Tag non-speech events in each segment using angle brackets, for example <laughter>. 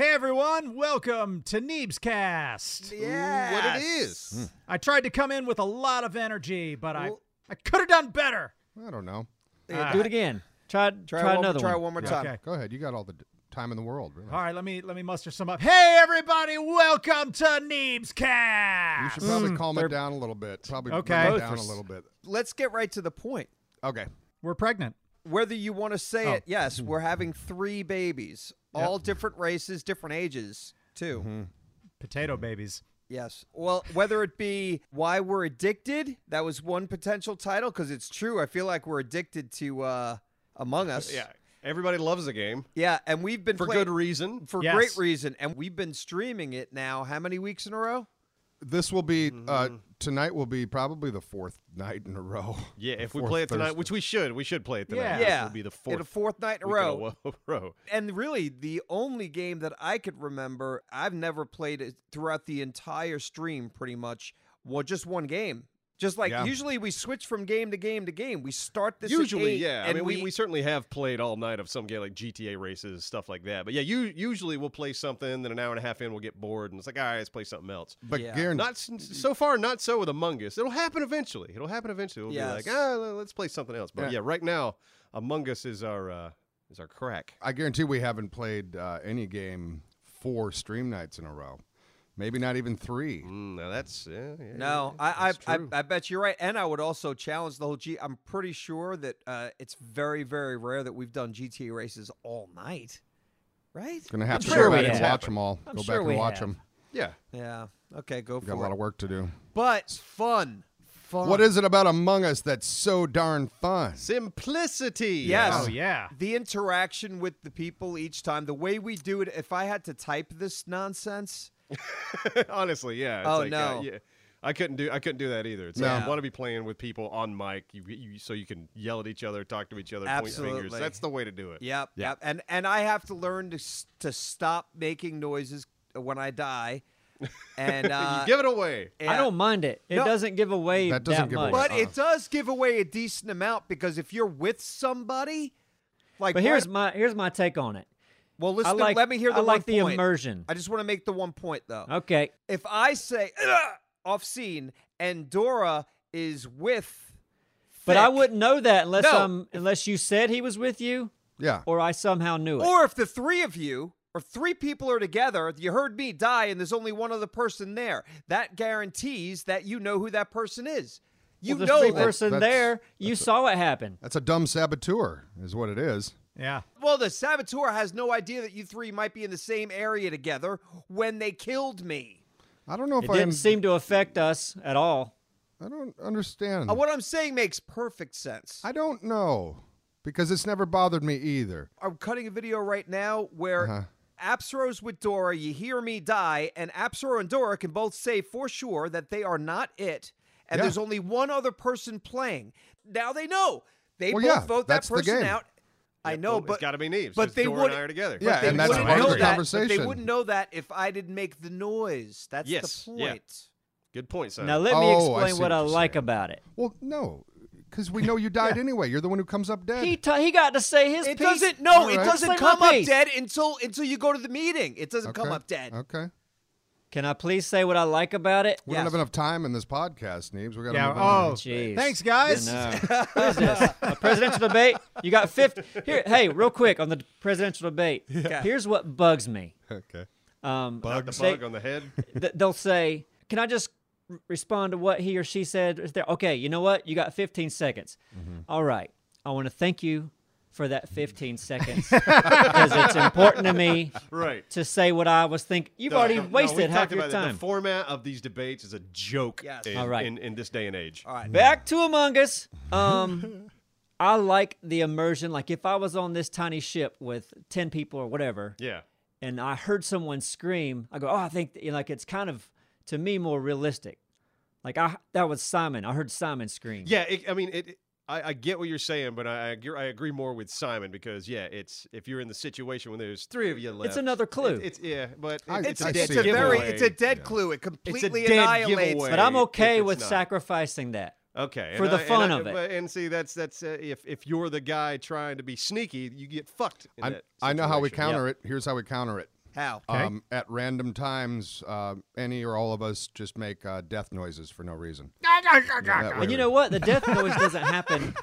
everyone. Welcome to Neeb's Cast. Yeah. What it Hmm. is. I tried to come in with a lot of energy, but I Well- I could have done better. I don't know. Yeah, Ah. do Do it it again. Try try, Try, one, another try one. one more time. Okay. Go ahead. You got all the d- time in the world, really. All right, let me let me muster some up. Hey everybody, welcome to Neeb's You Cast. should probably calm it down a little bit. Probably Mm, Okay. bring it Both down are a s- little bit. Let's get right to the point. Okay. We're pregnant. Whether you want to say Oh. it, yes, we're having three babies, all different races, different ages, too. Mm-hmm. Potato babies. Yes. Well, whether it be why we're addicted, that was one potential title because it's true. I feel like we're addicted to uh, Among Us. Yeah. Everybody loves the game Yeah, and we've been for playing- good reason. for Yes. great reason, and we've been streaming it now. How many weeks in a row? This will be uh, Mm-hmm. tonight. Will be probably the fourth night in a row. <laughs> Yeah, The if we fourth play it tonight, Thursday. which we should, we should play it tonight. Yeah. This yeah, will be the in a fourth fourth night in a week row. a <laughs> row. And really, the only game that I could remember, I've never played it throughout the entire stream, pretty much. Well, just one game. Just like Yeah. usually we switch from game to game to game. We start this at usually, eight, yeah. I and mean, we, we certainly have played all night of some game like GTA races, stuff like that. But yeah, you usually we'll play something, then an hour and a half in, we'll get bored, and it's like, all right, let's play something else. But Yeah. Garen, Not s- so far, not so with Among Us. It'll happen eventually. It'll happen eventually. We'll Yes. be like, ah, le- let's play something else. But Yeah. yeah, right now, Among Us is our uh, is our crack. I guarantee we haven't played uh, any game four stream nights in a row. Maybe not even three. Mm, now that's yeah, yeah, No, yeah, I, that's I, I, true. I bet you're right. And I would also challenge the whole G. I'm pretty sure that uh, it's very, very rare that we've done GTA races all night, right? Gonna have I'm to sure go we back and have. watch them all. I'm go sure back we and watch have. them. yeah. Yeah. Okay, go We for got a lot it. of work to do. but fun, fun. What is it about Among Us that's so darn fun? Simplicity. Yes. Oh yeah. the interaction with the people each time? The way we do it. If I had to type this nonsense, Honestly, yeah. <laughs> It's Oh, like, uh, no. yeah, I couldn't do I couldn't do that either. It's like No. you want to be playing with people on mic, you, you, so you can yell at each other, talk to each other, point Absolutely. fingers. That's the way to do it. yep, yep. And and I have to learn to s- to stop making noises when I die. And <laughs> uh, you give it away. I yeah. don't mind Uh-huh. it. It No. doesn't give away That doesn't give much. away. But Uh-uh. it does give away a decent amount because if you're with somebody, like, But here's what- my here's my take on it. well, listen, I like let me hear the I like one the point. immersion. I just want to make the one point though. Okay. If I say "Ugh," off scene and Dora is with, But I Thick, wouldn't know that unless No. um unless you said he was with you Yeah. or I somehow knew it. or if the three of you or three people are together, you heard me die, and there's only one other person there. That guarantees that you know who that person is. You Well, the know three that, person That's- there, you saw it happen. That's a dumb saboteur, is what it is. Yeah. Well, the saboteur has no idea that you three might be in the same area together when they killed me. I don't know if It I didn't am- seem to affect us at all. I don't understand. Uh, what I'm saying makes perfect sense. I don't know because it's never bothered me either. I'm cutting a video right now where Uh-huh. Absro's with Dora, you hear me die, and Absro and Dora can both say for sure that they are not it, and Yeah. there's only one other person playing. Now they know. They Well, both yeah, vote that's that the person game. out. I know, Well, but it's got to be Neves. but because they Dora and wouldn't- I are together. Yeah, they and that's wouldn't part of know the that. But they conversation. wouldn't know that if I didn't make the noise. That's Yes, the yeah. point. good point, Simon. Now let me Oh, I explain see what what I you're like saying. about it. Well, no, because we know you died anyway. You're the one who comes up dead. He t- he got to say his It piece. doesn't. No, All it right. doesn't Play my come up piece. dead until until you go to the meeting. It doesn't come Okay, up dead. Okay. Can I please say what I like about it? We don't have enough time in this podcast, Neebs. We got to Yeah. move on. Oh, Jeez. thanks guys. No. <laughs> what is this? A presidential debate? You got 50. Here, hey, real quick on the presidential debate. Here's what bugs me. Okay. Um, Knock the they, bug on the <laughs> head. th- they'll say, "Can I just r- respond to what he or she said?" Is there- Okay, you know what? You got 15 seconds. All right. I want to thank you for that 15 seconds because it's important to me right. to say what I was thinking. You've No, already no, no, wasted we've half talked your about that. time. The format of these debates is a joke Yes. in, All right. in, in this day and age. All right. Back to <laughs> Among Us. Um, I like the immersion. Like if I was on this tiny ship with ten people or whatever, Yeah. and I heard someone scream, I go, "Oh, I think you know, like it's kind of to me more realistic." Like I that was Simon. I heard Simon scream. Yeah, it, I mean, it. it- I, I get what you're saying, but I, I agree- I agree more with Simon because yeah, it's if you're in the situation when there's three of you left, another clue. It's, it's yeah, but I- it- it's, I a see dead It's a very giveaway. it's a dead clue. It It's a completely dead annihilates. giveaway. but I'm if okay it's with not. sacrificing that. Okay, for and the I- and fun I- of it. but- And see, that's that's uh, if if you're the guy trying to be sneaky, you get fucked. In I, that I know how we situation. counter it. Here's how we counter it. How? Um, at random times, uh, any or all of us just make uh, death noises for no <laughs> reason. That way And you know what? <laughs> The death noise doesn't happen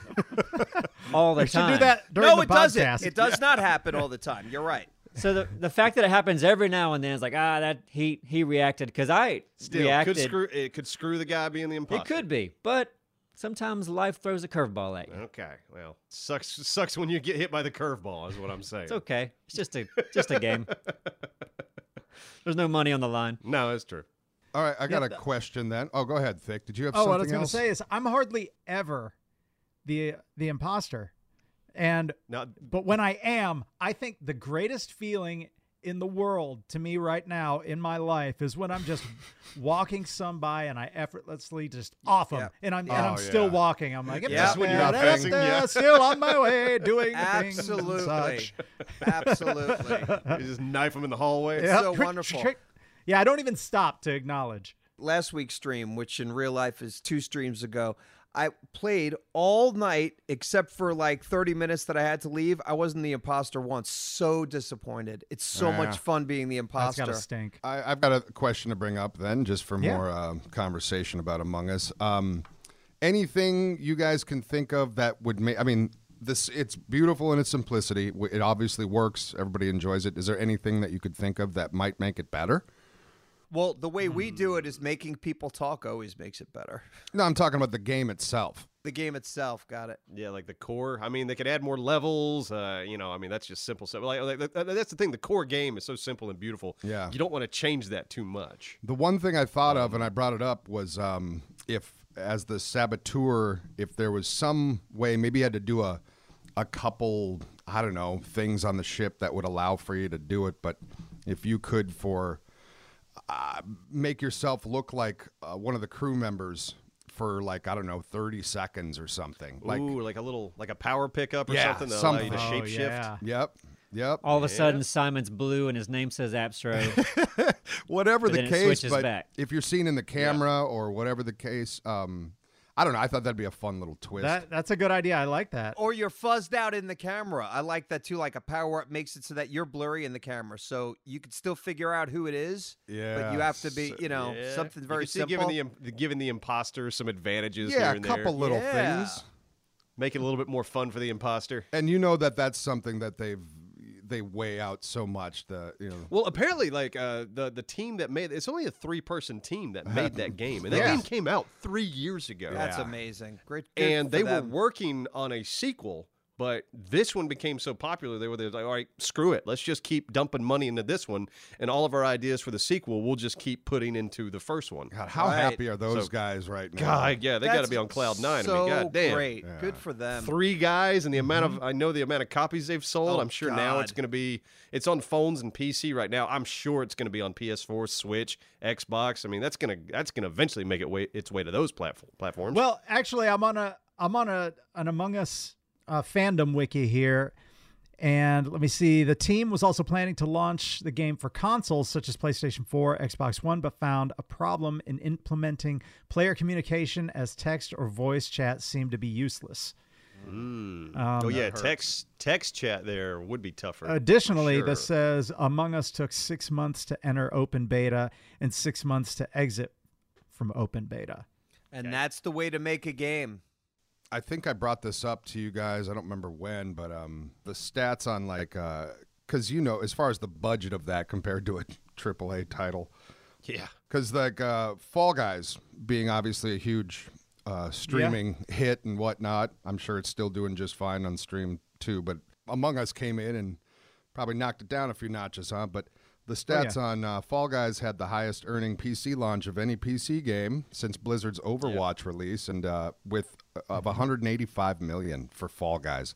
all the Should time. do that during no, the it doesn't. podcast. It does not happen all the time. You're right. So the, the fact that it happens every now and then is like ah that he he reacted because I Still, reacted. could screw it could screw the guy being the imposter. it could be, but sometimes life throws a curveball at you. Okay, well, sucks sucks when you get hit by the curveball. Is what I'm saying. It's okay. It's just a just a <laughs> game. There's no money on the line. No, it's true. All right, I got a question then. Oh, go ahead, Thick. Did you have Oh, something what I was going to else? say is I'm hardly ever the the imposter, and Now, but when I am, I think the greatest feeling in the world to me right now in my life is when I'm just walking some by and I effortlessly just off them, Yeah. and I'm and I'm Oh, still yeah. walking. I'm like, Yeah. Just when you're not passing, yeah. still on my way doing things and Absolutely. such. Absolutely. <laughs> you just knife him in the hallway. Yeah. so wonderful. Yeah, I don't even stop to acknowledge. Last week's stream, which in real life is two streams ago, I played all night except for like 30 minutes that I had to leave. I wasn't the imposter once. So disappointed. It's so Yeah. much fun being the That's imposter. got to stink. I, I've got a question to bring up then, just for Yeah. more um, conversation about Among Us. Um, anything you guys can think of that would make? I mean, this it's beautiful in its simplicity. W- It obviously works. Everybody enjoys it. Is there anything that you could think of that might make it better? Well, the way we do it is making people talk always makes it better. <laughs> No, I'm talking about the game itself. The game itself, got it. Yeah, like the core. I mean, they could add more levels. Uh, you know, I mean, that's just simple stuff. Like, like that- that's the thing. The core game is so simple and beautiful. Yeah. you don't want to change that too much. The one thing I thought Um, of, and I brought it up, was um, if, as the saboteur, if there was some way, maybe you had to do a, a couple, I don't know, things on the ship that would allow for you to do it, but if you could, for uh, make yourself look like uh, one of the crew members for like I don't know, thirty seconds or something, like Ooh, like a little, like a power pickup or Yeah, something to allow you to Oh, shapeshift. yeah. yep, yep, All of a sudden, Simon's blue and his name says Abstro. whatever But the then it case. switches But back. if you're seen in the camera or whatever the case, um, I don't know. I thought that'd be a fun little twist. That that's a good idea. I like that. Or you're fuzzed out in the camera. I like that too. Like a power up makes it so that you're blurry in the camera, so you could still figure out who it is. But you Yeah, have to be, you know, Yeah. something You very could see simple. Giving the, im- the giving the imposter some advantages. yeah, here a and couple There. little Yeah. things. Make it a little bit more fun for the imposter. And you know that that's something that they've they weigh out so much that you know. Well, apparently, like uh, the the team that made it's only a three person team that made that game, and that Yeah. game came out three years ago. That's amazing. Great. good and for they them. were working on a sequel but this one became so popular they were they were like all right screw it let's just keep dumping money into this one and all of our ideas for the sequel we'll just keep putting into the first one God, how Right. happy are those So- guys right now? god yeah they got to That's be on cloud nine So i mean god damn great. Good for them. three guys and the amount of i know the amount of copies they've sold i'm sure now it's Oh, God. going to be it's on phones and pc right now i'm sure it's going to be on ps4 switch xbox i mean that's going to that's going to eventually make it way its way to those platform platforms Well, actually, I'm on a I'm on a an Among Us uh, fandom wiki here, and let me see. The team was also planning to launch the game for consoles such as PlayStation 4, Xbox One, but found a problem in implementing player communication as text or voice chat seemed to be useless. oh yeah text text chat there would be tougher Uh, Additionally, Sure. this says Among Us took six months to enter open beta and six months to exit from open beta. and that's the way to make a game. I think I brought this up to you guys. I don't remember when, but um, the stats on like because you know as far as the budget of that compared to a <laughs> AAA title, yeah because like uh, Fall Guys being obviously a huge uh, streaming hit and whatnot, I'm sure it's still doing just fine on stream too. But Among Us came in and probably knocked it down a few notches, huh? But the Oh, stats on uh, Fall Guys had the highest earning PC launch of any PC game since Blizzard's Overwatch release, and uh, with Mm-hmm. of 185 million for Fall Guys.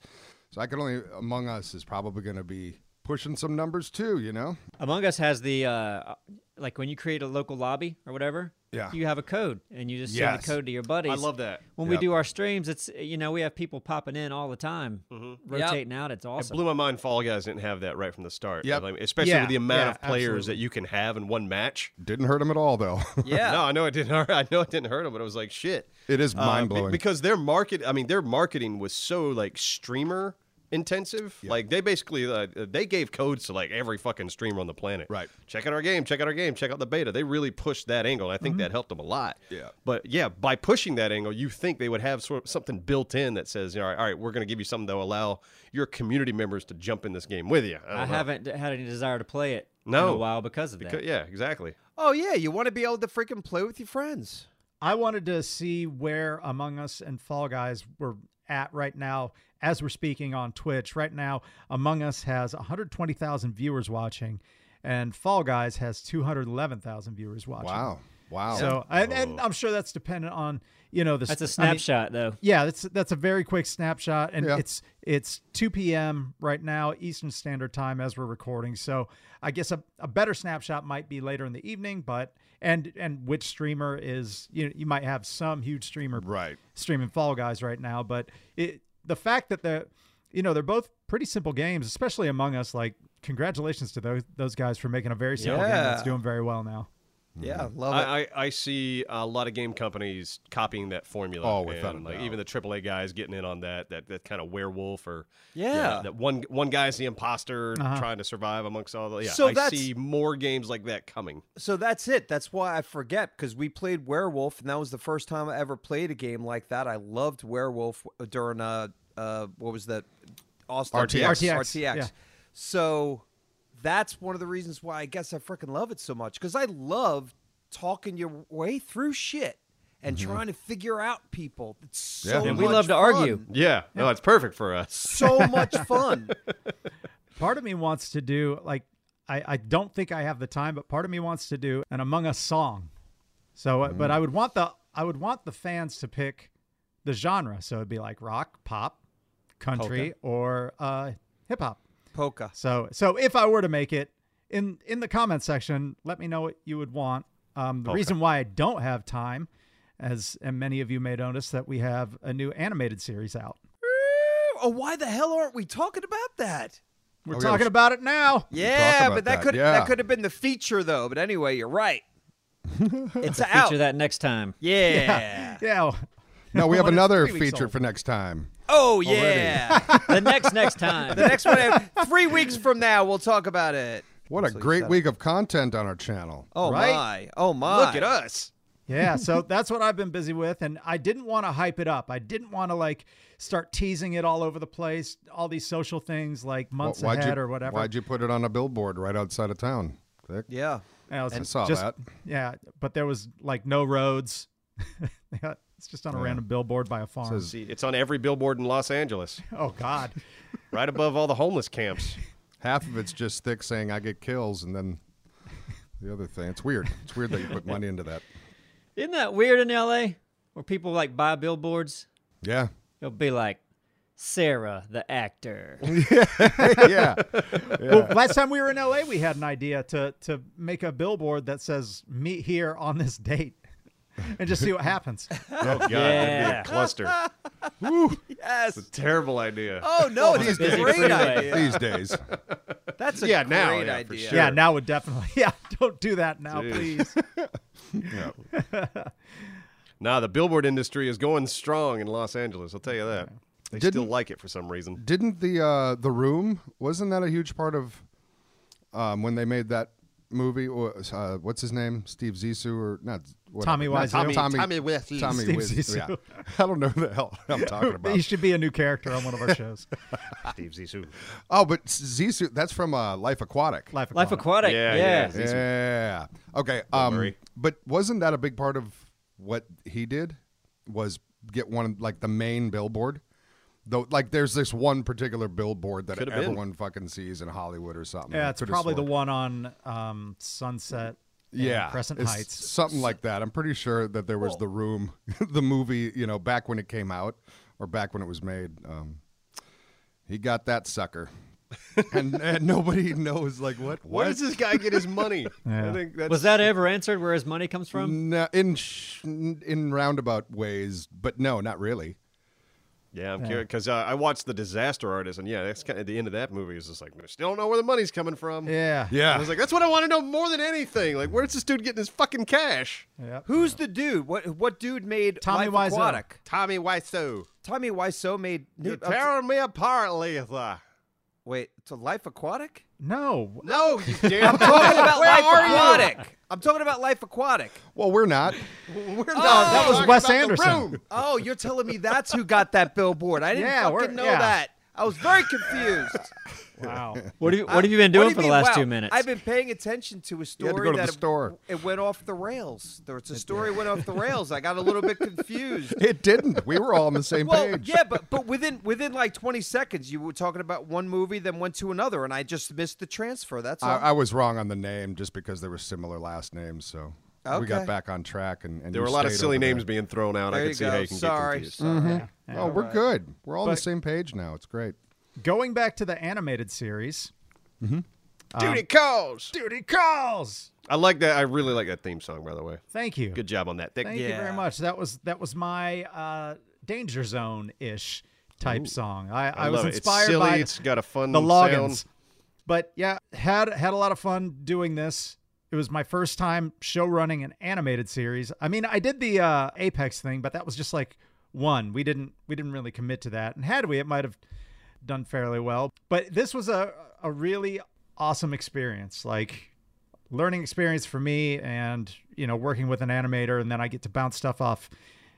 So I can only Among Us is probably going to be pushing some numbers too, you know? Among Us has the uh, like when you create a local lobby or whatever. Yeah. You have a code and you just send Yes. the code to your buddies. I love that. When Yep. we do our streams, it's you know we have people popping in all the time, rotating out. It's It awesome. blew my mind. Fall Guys didn't have that right from the start. Yep. Like, especially Yeah, with the amount yeah, of players absolutely. that you can have in one match. <laughs> Didn't hurt them at all though. <laughs> Yeah. No, I know it didn't. Hurt, <laughs> I know it didn't hurt them, but it was like shit. It is Uh, be- mind blowing. because their market. I mean, their marketing was so like streamer intensive. Like they basically uh, they gave codes to like every fucking streamer on the planet. Right. Check out our game. Check out our game. Check out the beta. They really pushed that angle, and I think that helped them a lot. Mm-hmm. Yeah. But yeah, by pushing that angle, you think they would have sort of something built in that says, all right, all right, we're going to give you something that will allow your community members to jump in this game with you. I haven't had any desire to play it in No. a while because of that. don't know. Yeah, exactly. Oh yeah, you want to be able to freaking play with your friends. I wanted to see where Among Us and Fall Guys were at right now as we're speaking on Twitch. Right now, Among Us has 120,000 viewers watching, and Fall Guys has 211,000 viewers watching. Wow. Wow. So, and, and I'm sure that's dependent on you know the. That's I a mean, snapshot, though. yeah, that's that's a very quick snapshot, and Yeah. it's it's 2 p.m. right now Eastern Standard Time as we're recording. So I guess a, a better snapshot might be later in the evening, but and and which streamer is you know, you might have some huge streamer right. streaming Fall Guys right now, but it the fact that they're you know they're both pretty simple games, especially Among Us. Like congratulations to those those guys for making a very simple game that's Yeah. doing very well now. Yeah, love it. Mm-hmm. I, I, I see a lot of game companies copying that formula. Oh, without and, a like doubt. even the AAA guys getting in on that that, that kind of werewolf or Yeah. that one one guy's the imposter trying to survive amongst all the yeah. So I that's- see more games like that coming. so that's it. That's why I forget because we played Werewolf, and that was the first time I ever played a game like that. I loved Werewolf during uh uh what was that Austin RTX. RTX, RTX. yeah. So that's one of the reasons why I guess I freaking love it so much because I love talking your way through shit and trying to figure out people. It's Yeah. so And we much love to argue. fun. Yeah, no, it's perfect for us. So much fun. <laughs> Part of me wants to do like I, I don't think I have the time, but part of me wants to do an Among Us song. So, uh, but Mm. I would want the I would want the fans to pick the genre. So it'd be like rock, pop, country, or uh, hip hop. Polka. So so if I were to make it in in the comment section, let me know what you would want. Um, the reason why I don't have time, as and many of you may notice, that we have a new animated series out. Oh, why the hell aren't we talking about that? We're Oh, yeah, we talking sh- about it now. Yeah, about but that that, could yeah. that could have been the feature though. But anyway, you're right. It's out. Feature that next time. Yeah. Yeah. No, we have One is another three weeks feature old. for next time. Oh yeah. The next next time. <laughs> the next one, I- three weeks from now, we'll talk about it. What a great week of content on our channel. Oh Right? my. Oh my. Look at us. Yeah, <laughs> so that's what I've been busy with, and I didn't want to hype it up. I didn't want to like start teasing it all over the place, all these social things like Wh- months why'd ahead you, or whatever. Why'd you put it on a billboard right outside of town? Click. Yeah. Yeah, it's I saw that. Yeah, but there was like no roads. <laughs> Yeah, it's just on a random billboard by a farm. Says- See, it's on every billboard in Los Angeles, oh <laughs> God, right above all the homeless camps. Half of it's just thick saying I get kills, and then the other thing. It's weird. It's weird that you <laughs> put money into that. Isn't that weird in LA where people like buy billboards? <laughs> Yeah. It'll be like Sarah the actor. Yeah. Well, last time we were in LA, we had an idea to to make a billboard that says "Meet here on this <laughs> date," and just see what happens. Oh <laughs> God, that'd be Yeah. a cluster. <laughs> Yes. Terrible idea. Oh no, it's a busy great freeway. idea. These days. That's a Yeah, great now, yeah, for idea. sure. Yeah, now would definitely. <laughs> Yeah, don't do that now, Jeez. please. Nah, the billboard industry is going strong in Los Angeles. I'll tell you that. They still Didn't- like it for some reason. Didn't the uh, the room wasn't that a huge part of um, when they made that movie? Or, uh, what's his name? Steve Zissou or not? whatever. Tommy Not Wiseau. Tommy Tommy- Tommy Tommy Wiseau. Tommy Steve Wiseau, Zissou. Yeah. <laughs> I don't know who the hell I'm <laughs> talking about. He should be a new character on one of <laughs> our shows, Steve Zissou. Oh, but Zissou, that's from uh, Life Aquatic. Life. Life Aquatic. Aquatic. Yeah, Yeah. yeah. Yeah. Okay. Um, worry. but wasn't that a big part of what he did? Was get one of, like the main billboard? Though, like, there's this one particular billboard that Could've been. everyone fucking sees in Hollywood or something. Yeah, I it's could've probably the one sworn. on um, Sunset. and Yeah, Crescent it's Heights. something like that. I'm pretty sure that there was the room, <laughs> the movie, you know, back when it came out or back when it was made. Um, he got <laughs> that sucker, and, and nobody knows like what. Where does this guy get <laughs> his money? Yeah. I think that's Was that ever answered where his money comes Mm, from? No, in sh- in roundabout ways, but no, not really. Yeah, I'm curious because uh, I watched The Disaster Artist, and yeah, that's kind of the end of that movie. Is just like, I still don't know where the money's coming from. Yeah. I was like, that's what I want to know more than anything. Like, where's this dude getting his fucking cash? Yep. Who's the dude? What what dude made Tommy Life Wiseau. Aquatic? Tommy Wiseau, Tommy Wiseau made. you're up to- tearing me apart, Letha. wait, to Life Aquatic? No. No, <laughs> you damn talking about Life Aquatic. I'm talking about Life Aquatic. Well, we're not. We're not that was Oh, talking Wes about the Anderson. room. Oh, you're telling me that's who got that billboard? I didn't Yeah, we're- fucking know yeah. that. I was very confused. <laughs> Wow. What have you, what have you been doing What do you for the mean, last wow? two minutes? I've been paying attention to a You story had to go to that the store. it went off the rails. There was a story went off the rails. I got a little bit confused. It didn't. We were all on the same <laughs> Well, page. yeah, but but within within like 20 seconds, you were talking about one movie, then went to another, and I just missed the transfer. That's all. I, I was wrong on the name just because they were similar last names. So we Okay. got back on track. And, and There you were a lot of stayed silly over there. names being thrown out. I there could you see go. how you can sorry, get confused. sorry. Oh, we're good. We're all on the same page now. It's great. Going back to the animated series, Uh, Duty calls. Duty Calls. I like that. I really like that theme song, by the way. Thank you. Good job on that. Thank Thank you very Yeah. much. That was that was my uh, danger zone ish type song. I, I, was love it. inspired It's silly. by it's got a fun the sound. logins. But yeah, had had a lot of fun doing this. It was my first time show running an animated series. I mean, I did the uh, Apex thing, but that was just like one. We didn't we didn't really commit to that. And had we, it might have done fairly well. But this was a a really awesome experience. Like learning experience for me and you know working with an animator and then i get to bounce stuff off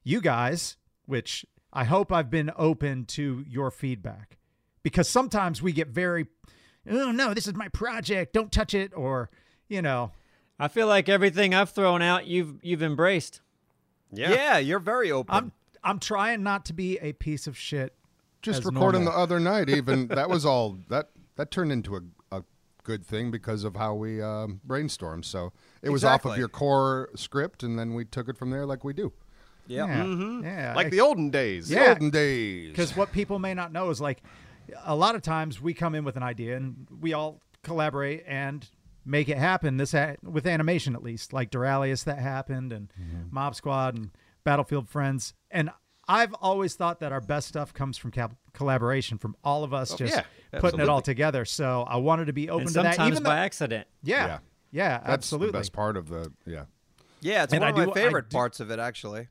you guys which i hope i've been open to your feedback because sometimes we get very oh no this is my project don't touch it or you know I feel like everything I've thrown out, you've you've embraced. Yeah. Yeah. you're very open. i'm i'm trying not to be a piece of shit Just As recording normal. the other night, <laughs> even that was all that that turned into a, a good thing because of how we um, brainstormed. So it was off of Exactly. your core script, and then we took it from there like we do. yeah. yeah, yeah. Like the olden days. Yeah. Olden days. Because what people may not know is like a lot of times we come in with an idea and we all collaborate and make it happen. This ha- with animation at least, like Duralius that happened and Mob Squad and Battlefield Friends. And I've always thought that our best stuff comes from cap- collaboration, from all of us just yeah, putting it all absolutely. together. So I wanted to be open And to that. sometimes Even though, by accident. yeah, yeah, Yeah. That's absolutely. the best part of the yeah. Yeah, it's And one I of do- my I favorite do- parts of it, actually.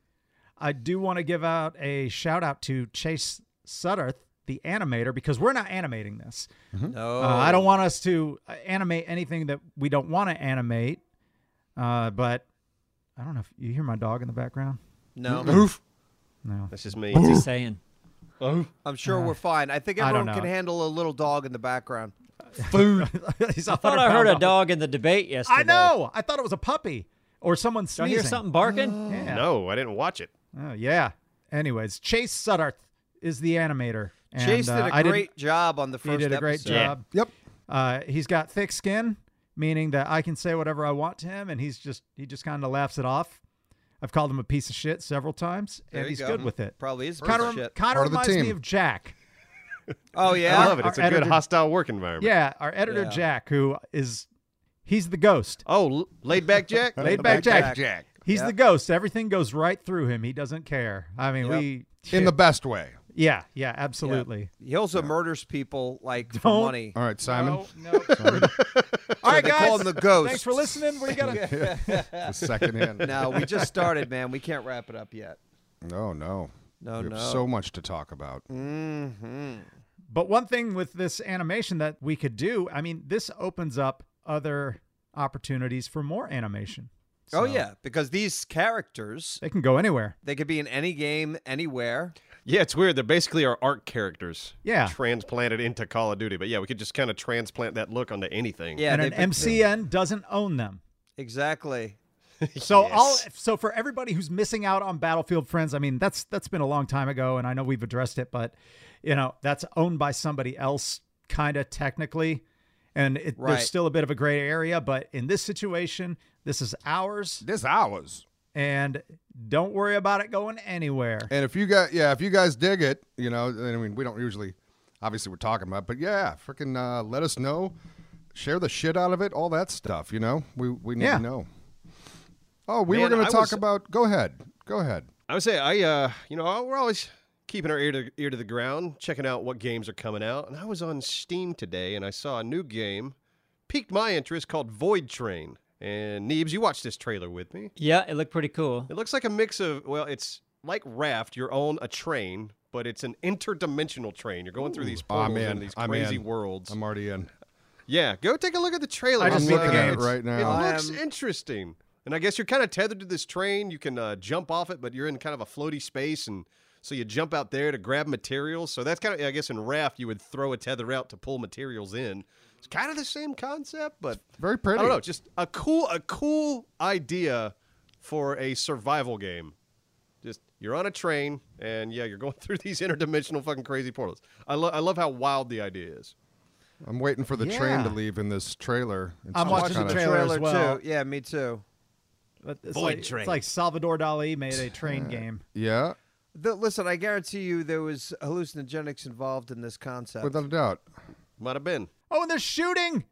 I do want to give out a shout out to Chase Sutterth, the animator, because we're not animating this. No, Uh, I Oh. don't want us to uh, animate anything that we don't want to animate. Uh, but I don't know if you hear my dog in the background. no. No. Oh, That's just me. What's he saying? I'm sure we're fine. I think Uh-huh. I don't everyone can know. handle a little dog in the background. <laughs> Food. I thought I heard a dog in the debate yesterday. I know. I thought it was a puppy or someone Did I sneezing. hear something barking? Yeah. No, I didn't watch it. Oh, yeah. Anyways, Chase Sutterth is the animator. And, Chase did uh, a I didn't- great job on the He first. did a great episode. Yeah. job. Yep. Uh, he's got thick skin, meaning that I can say whatever I want to him, and he's just he just kind of laughs it off. I've called him a piece of shit several times, There and you he's go. good with it. Probably is a piece Kind of of shit. kind of Part of the reminds me team. of Jack. Oh I yeah, love it. our It's a good editor- hostile work environment. Yeah, our editor Yeah. Jack, who is he's the ghost. Oh, l- laid back <laughs> Jack. Laid back Jack. Jack. He's Yep. the ghost. Everything goes right through him. He doesn't care. I mean, Yep. we In the best way. yeah yeah absolutely. He also murders people like Don't- for money. <laughs> All right, Simon. Oh, no. All right, guys. Call him <laughs> the ghost. Thanks for <laughs> listening. What do you got? to The second <laughs> hand. No, we just started, man. We can't wrap it up yet. No, no. Oh, No, Oh, we have no. so much to talk about. But one thing with this animation that we could do, I mean, this opens up other opportunities for more animation. Oh yeah, because these characters They can go anywhere. they could be in any game anywhere. Yeah, it's weird. They're basically our art characters. Yeah. Transplanted into Call of Duty. But yeah, we could just kind of transplant that look onto anything. Yeah, and they an put- MCN doesn't own them. exactly. So all Yes. so for everybody who's missing out on Battlefield Friends, I mean that's that's been a long time ago, and I know we've addressed it, but you know that's owned by somebody else, kind of technically, and it, Right. there's still a bit of a gray area. But in this situation, this is ours, This hours. and don't worry about it going anywhere. And if you got yeah, if you guys dig it, you know, I mean, we don't usually, obviously, we're talking about, but yeah, freaking uh, let us know, share the shit out of it, all that stuff. You know, we we need Yeah. to know. Oh, we Man, were going I to talk was- about. Go ahead, go ahead. I would say I, uh, you know, we're always keeping our ear to ear to the ground, checking out what games are coming out. And I was on Steam today, and I saw a new game piqued my interest called Void Train. And Neebs, you watched this trailer with me. <laughs> Yeah, it looked pretty cool. It looks like a mix of well, it's like Raft. You're on a train, but it's an interdimensional train. You're going through these Ah, portals man, and these I'm crazy in. worlds. I'm already in. yeah, go take a look at the trailer. I It's, just I'm beat uh, the looking at it games. right it now. Um, I looks am- interesting. And I guess you're kind of tethered to this train. You can uh, jump off it, but you're in kind of a floaty space. And so you jump out there to grab materials. So that's kind of, I guess, in raft, you would throw a tether out to pull materials in. It's kind of the same concept, but Very pretty. I don't know. Just a cool, a cool idea for a survival game. Just you're on a train, and yeah, you're going <laughs> through these interdimensional fucking crazy portals. I, lo- I love how wild the idea is. I'm waiting for the train to Yeah. leave in this trailer. It's I'm just watching the kinda- trailer as well. too. Yeah, me too. But It's Void like, it's Train. like Salvador Dali made a train game. Yeah, The, listen, I guarantee you there was hallucinogenics involved in this concept. without a doubt. Might have been. Oh, and they're shooting.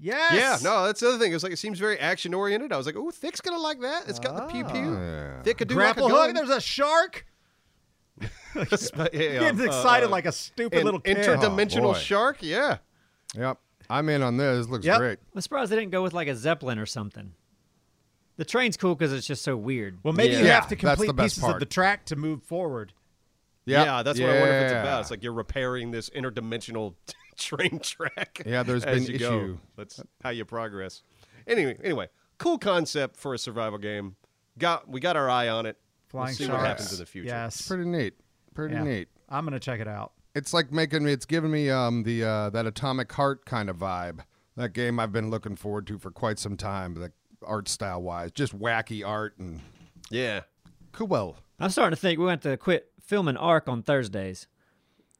Yeah, Yes. no, that's the other thing. It's like it seems very action oriented. I was like, "Ooh, Thick's gonna like that. It's got the pew pew. Yeah. Thick could do Ah. Grapple like a hook. gun." There's a shark. <laughs> But, <laughs> yeah, Getting uh, excited uh, like a stupid an little kid. interdimensional Oh, boy. shark. Yeah, Yep. I'm in on this. Looks Yep. great. I'm surprised they didn't go with like a zeppelin or something. The train's cool because it's just so weird. Well, maybe you Yeah, have to that's the complete best pieces of part. the track to move forward. Yep. yeah. That's what I wonder if it's Yeah. about. It's like you're repairing this interdimensional <laughs> train track. Yeah, there's there's been you go. issue. That's how you progress. Anyway, anyway, cool concept for a survival game. Got we got our eye on it. We'll Flying see sharks. what happens in the future. Yes. Pretty neat. Pretty Yeah. neat. I'm gonna check it out. It's like making me. It's giving me um the uh, that Atomic Heart kind of vibe. That game I've been looking forward to for quite some time. Like art style wise, just wacky art and Yeah. cool. I'm starting to think we have to quit filming Arc on Thursdays.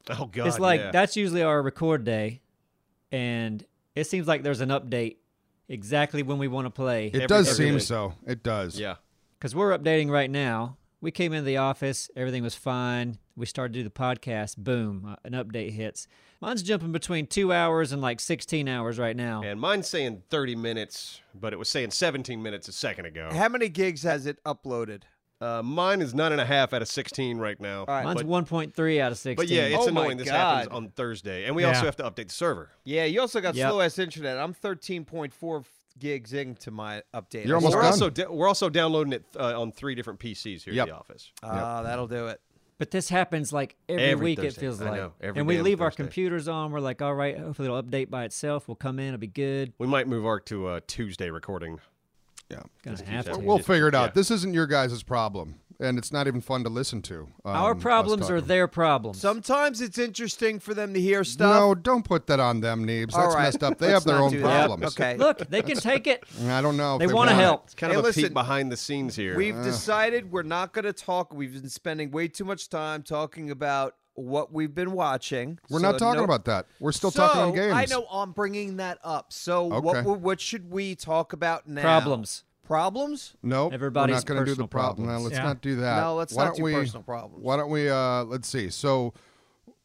Oh god. it's like yeah. that's usually our record day, and it seems like there's an update exactly when we want to play. It Every- does every seem day. so. It does. Yeah. because we're updating right now. We came into the office, everything was fine. We started to do the podcast. Boom, uh, an update hits. Mine's jumping between two hours and like 16 hours right now. And mine's saying 30 minutes, but it was saying 17 minutes a second Oh. ago. How many gigs has it uploaded? Uh, mine is nine and a half out of 16 right now. right. Mine's but, 1.3 out of 16. but yeah, it's Oh my annoying. This happens God. on Thursday. And we Yeah. also have to update the server. Yeah, you also got Yep. slow ass internet. I'm 13.4 gigs into my update. You're almost we're, done. also da- we're also downloading it uh, on three different PCs here Yep. at the office. Ah, that'll do it. But this happens like every, Every week, it Thursday. feels I like. know, every and we damn leave our Thursday. computers on. We're like, all right, hopefully it'll update by itself. We'll come in, it'll be good. We might move ARC to a Tuesday recording. Yeah. Gonna have that. to. We'll Just- figure it out. yeah. This isn't your guys' problem, and it's not even fun to listen to. um, our us problems are talking. their problems. Sometimes it's interesting for them to hear stuff. No, don't put that on them, Neebs. All That's right. messed up. They <laughs> Let's have their not own do that. problems. Okay. Look, they can take it. I don't know. if They they want to want it. help. It's kind Hey, of a listen, peek behind the scenes here. We've decided we're not going to talk. We've been spending way too much time talking about what we've been watching. We're So not talking no- about that. We're still talking on So, games. I know I'm bringing that up. So what Okay. w- what should we talk about now? Problems. Problems? No, Everybody's we're not going to do the personal problem. problems. No, let's Yeah. not do that. No, let's why not don't do we, personal problems. Why don't we? Uh, let's see. So,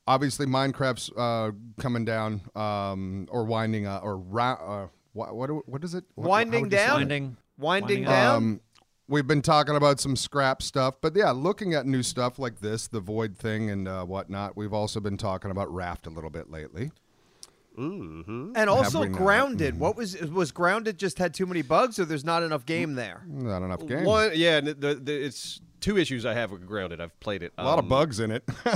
obviously, Minecraft's uh, coming down um, or winding uh, or ra- uh, what, what? do- What is it? What- how Winding would you say down? it? Finding. Winding Winding down? Um, we've been talking about some scrap stuff, but yeah, looking at new stuff like this, the void thing and uh, whatnot. We've also been talking about Raft a little bit lately. and also we not? grounded. What was was grounded? Just had too many bugs, or there's not enough Mm. game there. Not enough games. One, yeah, the, the, the, it's two issues I have with Grounded. I've played it. a lot of bugs. bugs in it. Ah,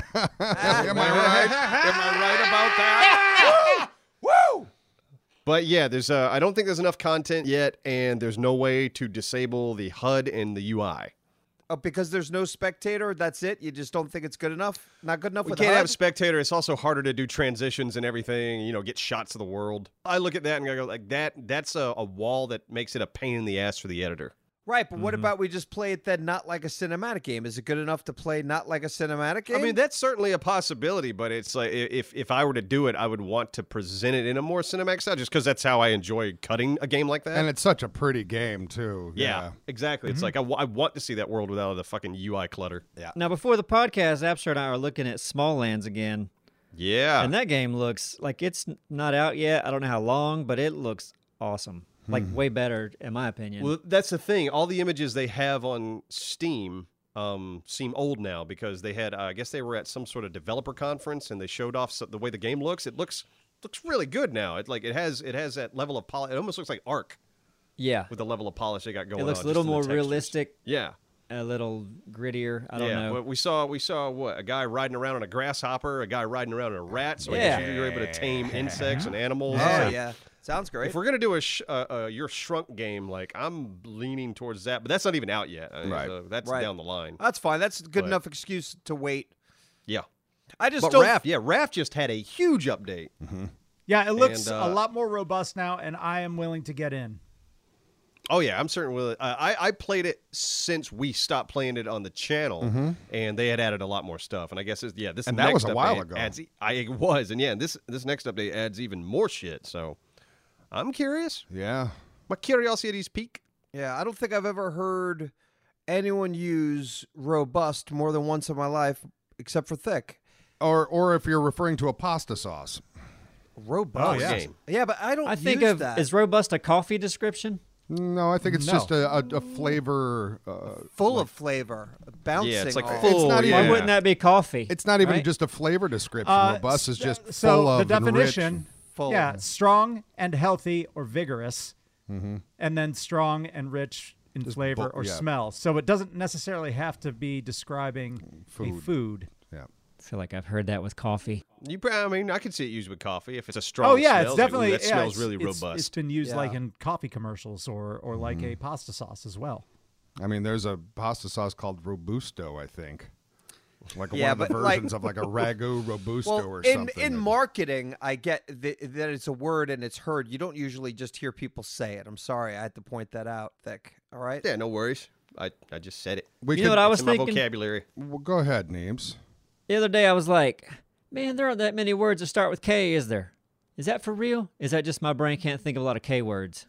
<laughs> Am I right? <laughs> Am I right about that? <laughs> But yeah, there's uh, I don't think there's enough content yet, and there's no way to disable the HUD and the UI. Oh, because there's no spectator. That's it. You just don't think it's good enough. Not good enough. We with can't HUD? have a spectator. It's also harder to do transitions and everything. You know, get shots of the world. I look at that and I go like that. That's a, a wall that makes it a pain in the ass for the editor. right. But what Mm-hmm. about we just play it then, not like a cinematic game? Is it good enough to play not like a cinematic game? I mean, that's certainly a possibility, but it's like i- if if I were to do it, I would want to present it in a more cinematic style, just because that's how I enjoy cutting a game like that. and it's such a pretty game too. Yeah, exactly. It's like I, w- I want to see that world without all the fucking UI clutter. Yeah, Now, before the podcast, Absher and I are looking at Smalllands again. yeah. And that game looks like it's n- not out yet. I don't know how long, but it looks awesome. Like way better, in my opinion. well, that's the thing. All the images they have on Steam um, seem old now because they had, uh, I guess they were at some sort of developer conference and they showed off so- the way the game looks. It looks looks really good now. It like it has it has that level of polish. It almost looks like Arc Yeah, with the level of polish they got going. it looks on, a little just in the more textures. realistic, Yeah, a little grittier. I don't yeah. know. But we saw we saw what a guy riding around on a grasshopper, a guy riding around on a rat. So I Yeah. guess you were able to tame insects and animals. Oh and- yeah, sounds great. If we're gonna do a sh- uh, uh, your shrunk game, like I'm leaning towards that, but that's not even out yet. I mean, Right. so that's Right. down the line. That's fine. That's a good But- enough excuse to wait. Yeah, I just but don't. Raft, yeah, Raft just had a huge update. Yeah, it looks And, a uh, lot more robust now, and I am willing to get in. Oh yeah, I'm certain with it. I I I played it since we stopped playing it on the channel, and they had added a lot more stuff. Mm-hmm. And I guess it's, yeah, this And that next was a while update ago. Adds, e- I it was, and yeah, and this this next update adds even more shit. So I'm curious. Yeah. My curiosity's peak. Yeah, I don't think I've ever heard anyone use robust more than once in my life, except for thick. Or or if you're referring to a pasta sauce. Robust. Oh, yeah. yeah. but I don't. I think use of that. is robust a coffee description? No, I think it's No. just a, a, a flavor. Uh, full of flavor, bouncing. Yeah, it's like all- full. not even- yeah. Why wouldn't that be coffee? it's not even Right? just a flavor description. Uh, Robust is s- just so full of the and rich. definition. full. Yeah, strong and healthy or vigorous, and then strong and rich in flavor Mm-hmm. bu- or yeah. smell. So it doesn't necessarily have to be describing a Food. food. Yeah. I feel like I've heard that with coffee. You, prob- I mean, I could see it used with coffee if it's a strong. Oh yeah, smell, it's like, ooh, definitely that yeah, it's- smells really it's- robust. It's been used like Yeah. in coffee commercials or or Mm-hmm. like a pasta sauce as well. I mean, there's a pasta sauce called Robusto, I think. Like one Yeah, of the but, like- versions of like a ragu Robusto Well, or in something. in marketing, I get th- that it's a word and it's heard. You don't usually just hear people say it. I'm sorry, I had to point that out. Thick. All right. Yeah, no worries. I, I just said it. we you could- know what I was It's in my thinking vocabulary. Well, go ahead, Neems. the other day? I was like, man, there aren't that many words that start with K, is there? Is that for real? Is that just my brain can't think of a lot of K words?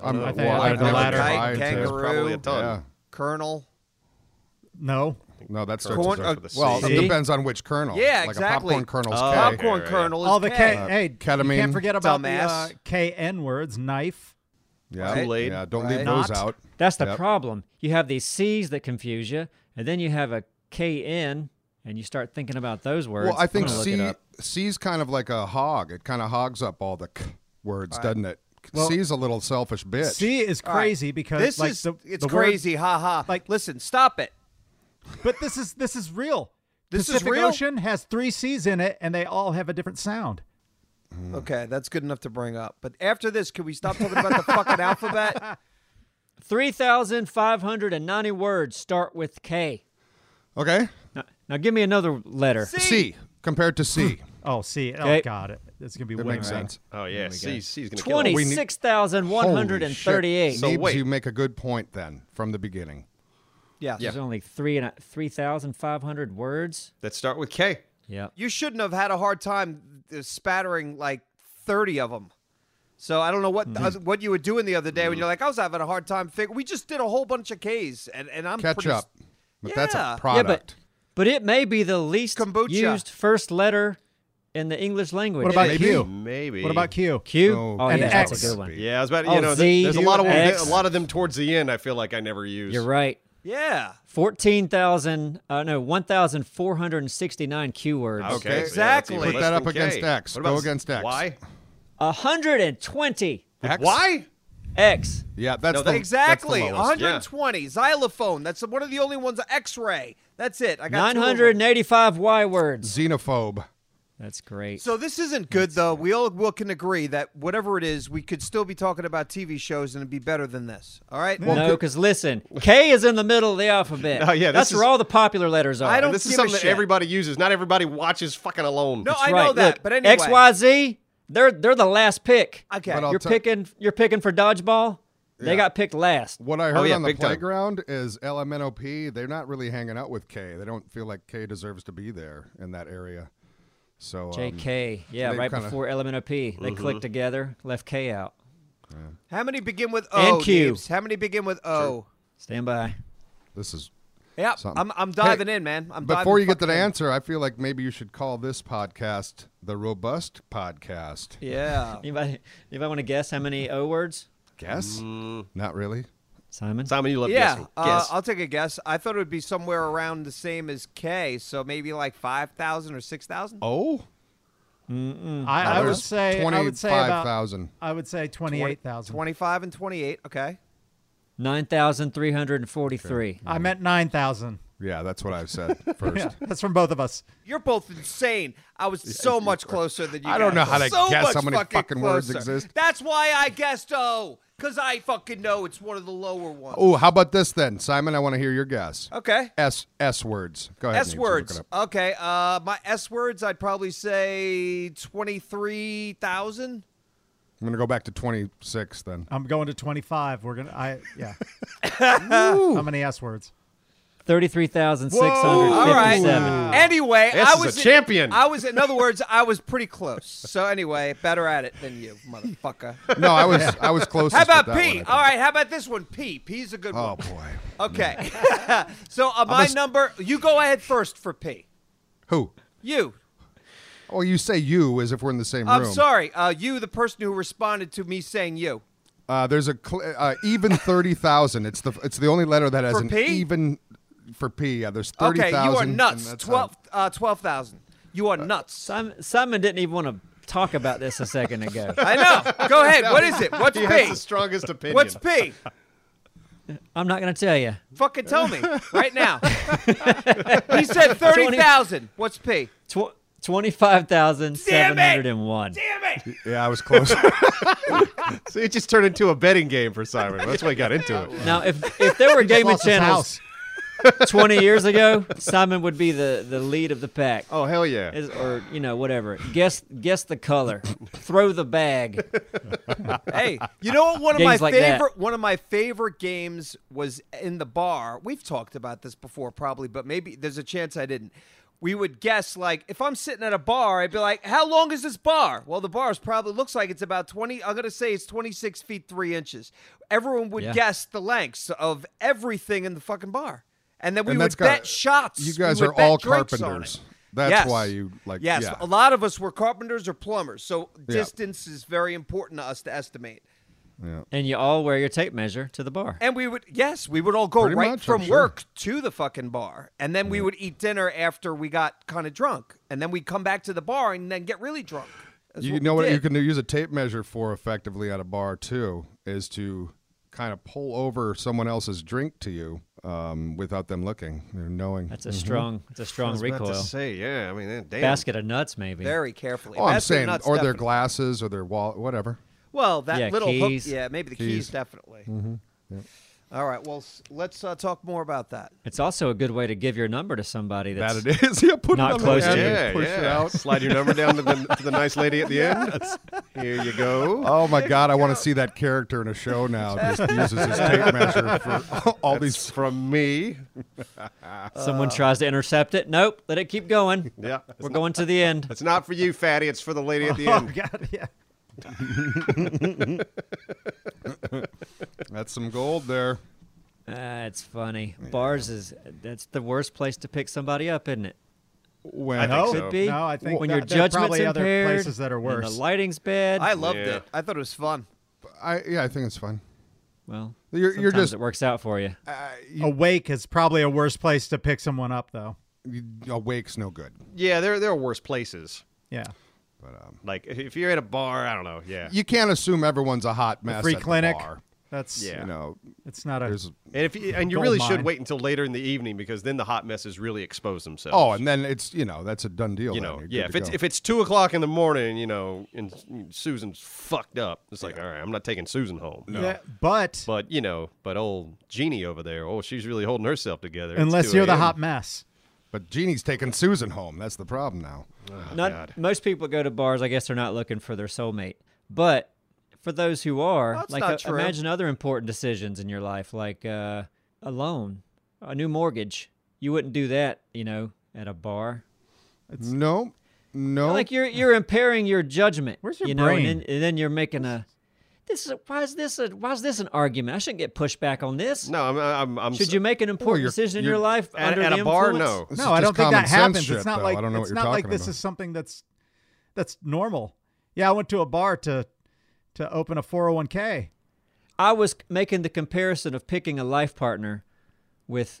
Uh, I'm I think I I've heard the never latter. tried Kite, to- There's kangaroo. probably a ton. Yeah. Colonel. No, No, that starts Corn- with a- uh, Starts with a Well, C. it depends on which kernel. Yeah, like exactly. Uh, a popcorn kernel's Oh. K. Popcorn yeah, yeah. kernel is all the Uh, K. K. Uh, hey, you ketamine. can't forget about the uh, Dumbass. KN words: knife, Yeah, Kool-Aid. yeah, don't Right. leave those Not. out. That's the Yep. problem. You have these C's that confuse you, and then you have a KN, and you start thinking about those words. Well, I I'm think gonna look C it up. C's kind of like a hog. It kind of hogs up all the k words, doesn't it? Well- C's a little selfish bitch. C is All right. crazy because this like is the, it's the word- crazy. ha ha. like- listen, stop it. but this is this is real. This is Pacific real? Ocean has three C's in it, and they all have a different sound. Hmm. Okay, that's good enough to bring up. But after this, can we stop talking about the fucking <laughs> alphabet? 3,590 words start with K. okay. Now, now give me another letter. See? C compared to C. Oh, C. Oh, Okay. God, it, it's gonna be That way makes more. sense. Oh yeah, C, C's gonna kill it. We need- Holy shit. 26,138. So Neebs, wait. you make a good point then from the beginning. Yeah. There's only three and a- 3,500 words. Let's start with K. Yep. You shouldn't have had a hard time uh, spattering like 30 of them. So I don't know what Mm-hmm. uh, what you were doing the other day when you're like, I was having a hard time figuring. We just did a whole bunch of K's, and, and I'm Ketchup, pretty s- but that's Yeah. Yeah, a but- Yeah, product. but, but it may be the least Kombucha. used first letter in the English language. What about Maybe. Q? Maybe. What about Q? Q? Oh, Oh, and yeah, X. that's a good one. Yeah, I was about to, Oh, you know, Z, there's a lot of Q, them, X. a lot of them towards the end. I feel like I never use. You're right. Yeah, 14,000, uh, no, 1,469 Q words. Okay, so yeah, that's Exactly. even Put less that than up against K. X. What Go about against X. Y? 120 X? Why? X. Yeah, that's No, the, that- exactly. That's the lowest. 120 xylophone. That's one of the only ones. X-ray. That's it. I got two of them. 985 Y words. Xenophobe. That's great. So this isn't good though. We all will can agree that whatever it is, we could still be talking about TV shows and it'd be better than this. All right. No, 'cause no, because listen, K is in the middle of the alphabet. No, yeah, that's this where is- all the popular letters are. I don't And this is give a something that shit. everybody uses. Not everybody watches fucking alone. No, It's- I right. know that. Look, but anyway, X, Y, Z, they're they're the last pick. Okay. But I'll You're tell- picking you're picking for dodgeball. They Yeah. got picked last. What I heard yeah, on the big time. playground is LMNOP. They're not really hanging out with K. They don't feel like K deserves to be there in that area. So um, JK, yeah, they right kinda- Mm-hmm. before LMNOP. They clicked together, left K out. How many begin with O? And Q. Neebs? How many begin with O? Stand by. this is Yeah, Something. I'm, I'm diving Hey, in, man. I'm diving Before you get to the fucking in. answer, I feel like maybe you should call this podcast the Robust Podcast. Yeah. <laughs> Anybody, anybody want to guess how many O words? Mm. Guess? Not really. Simon? Simon, you love Yeah, guessing. uh, Guess. I'll take a guess. I thought it would be somewhere around the same as K, so maybe like five thousand or six thousand. Oh, I, I would say I would say twenty-five about thousand. I would say twenty eight thousand. 25 and 28. Okay. 9,343. I meant nine thousand. Yeah, that's what <laughs> I said first. Yeah, that's from both of us. You're both insane. I <laughs> was so much closer than you. I don't guys. know how to So guess much how many fucking words closer. exist. That's why I guessed O, because I fucking know it's one of the lower ones. Oh, how about this then, Simon? I want to hear your guess. Okay. S S words. Go ahead. Neebs, S you words. look it up. Okay. Uh, my S words, I'd probably say 23,000. I'm gonna go back to twenty-six then. I'm going to twenty five. We're gonna. I <laughs> yeah. How many s words? 33,657. All right. Anyway, S I is a was champion. I was, in other words, I was pretty close. So anyway, better at it than you, motherfucker. No, I was I was close. <laughs> How about P? All right. How about this one? P. P's a good one. Oh boy. Okay. <laughs> so uh, my a s- number, you go ahead first for P. Who? You. Oh, you say you as if we're in the same I'm room. sorry. Uh, you, the person who responded to me saying you. Uh, there's a cl- uh, even thirty thousand. It's the it's the only letter that has For an P? even for P. Yeah, there's thirty Okay, thousand. you are nuts. 12 uh, 12,000. you are nuts. Simon, Simon didn't even want to talk about this a second <laughs> ago. I know. Go ahead. What is it? What's he has the P? strongest opinion. <laughs> What's P? I'm not going to tell you. Fucking tell me right now. he said 30,000. What's P? Tw- 25,701. Damn it. Yeah, I was <laughs> close. So it just turned into a betting game for Simon. That's why he got into it. <laughs> Now, if, <laughs> if there were Game of Lost his Channels house. <laughs> 20 years ago, Simon would be the, the lead of the pack. Oh hell yeah! Is- or, you know, whatever. Guess guess the color. Throw the bag. Hey, you know what? One of Games my like that. favorite one of my favorite games was in the bar. We've talked about this before, probably, but maybe there's a chance I didn't. We would guess like if I'm sitting at a bar, I'd be like, "How long is this bar?" Well, the bar's probably looks like it's about twenty. I'm gonna say it's 26 feet three inches. Everyone would Yeah. guess the lengths of everything in the fucking bar, and then we And would that's got- bet shots. you guys We would are all bet drinks on carpenters. it. That's Yes. why you, like, Yes, yeah. a lot of us were carpenters or plumbers, so Yeah. distance is very important to us to estimate. And you all wear your tape measure to the bar. And we would, yes, we would all go Pretty right much, from I'm sure. work to the fucking bar. And then we would eat dinner after we got kind of drunk. And then we'd come back to the bar and then get really drunk. That's You what know we what you did. can use a tape measure for effectively at a bar too is to kind of pull over someone else's drink to you um, without them looking or knowing. That's a strong. It's a strong Mm-hmm. About to recoil. say, yeah. I mean, eh, damn. Basket of nuts, maybe. Very carefully. oh, I'm That's the saying, nuts, or their definitely. glasses or their wallet, whatever. Well, that Yeah, little keys. hook. Yeah, maybe the keys, definitely. Mm-hmm. All right. Well, s- let's uh, talk more about that. It's also a good way to give your number to somebody that's That it is. <laughs> yeah, put Not it on close the end to you. and Yeah, push it yeah. out. Slide your number down to the, to the nice lady at the end. Here you <laughs> go. Oh my God! I want to see that character in a show now. <laughs> Just uses his tape measure for all, all these It's from me. someone tries to intercept it. Nope, let it keep going. Yeah. Uh. <laughs> It's We're not, going to <laughs> the end. it's not for you, fatty. It's for the lady at the Oh end. god, yeah. That's some gold there. That's Ah, funny. Bars is that's the worst place to pick somebody up, isn't it? When I think Oh, No, so. Could be. no, I think when that- your there are judgment's probably other impaired places that are worse. And the lighting's bad. I loved Yeah. it. I thought it was fun. I yeah, I think it's fun. well, You're- you're sometimes just- it works out for you. Awake is probably a worse place to pick someone up though. Awake's no good. <laughs> Yeah, there there are worse places. Yeah. Like if you're at a bar, I don't know. Yeah. You can't assume everyone's a hot mess. Free at the clinic. bar. That's Yeah. You know, it's not a there's and if you, and you Gold really mine. should wait until later in the evening because then the hot messes really expose themselves. oh, and then it's you know that's a done deal. you then. know, You're yeah. good If to it's go. if it's two o'clock in the morning, you know, and Susan's fucked up, it's like, all right, I'm not taking Susan home. Yeah, but But you know, but old Jeannie over there, oh, she's really holding herself together. It's unless 2 you're the a.m. hot mess. but Jeannie's taking Susan home. That's the problem now. Oh, Not Oh, <laughs> God. most people go to bars. I guess they're not looking for their soulmate, but for those who are, That's like not uh, true. imagine other important decisions in your life, like uh, a loan, a new mortgage. You wouldn't do that, you know, at a bar. no, no. Like you're you're impairing your judgment. Where's your you know, brain? And, then, and then you're making a. This is a, why is this a why is this an argument? I shouldn't get pushback on this. No, I'm. I'm, I'm Should you make an important you're- decision in you're- your life at, under at the a bar? influence? No. This no, is I don't think just common that sense happens. shit, it's not though. like I don't know it's what you're not like talking this about. is something that's oh that's normal. Yeah, I went to a bar to to open a 401k. I was making the comparison of picking a life partner with,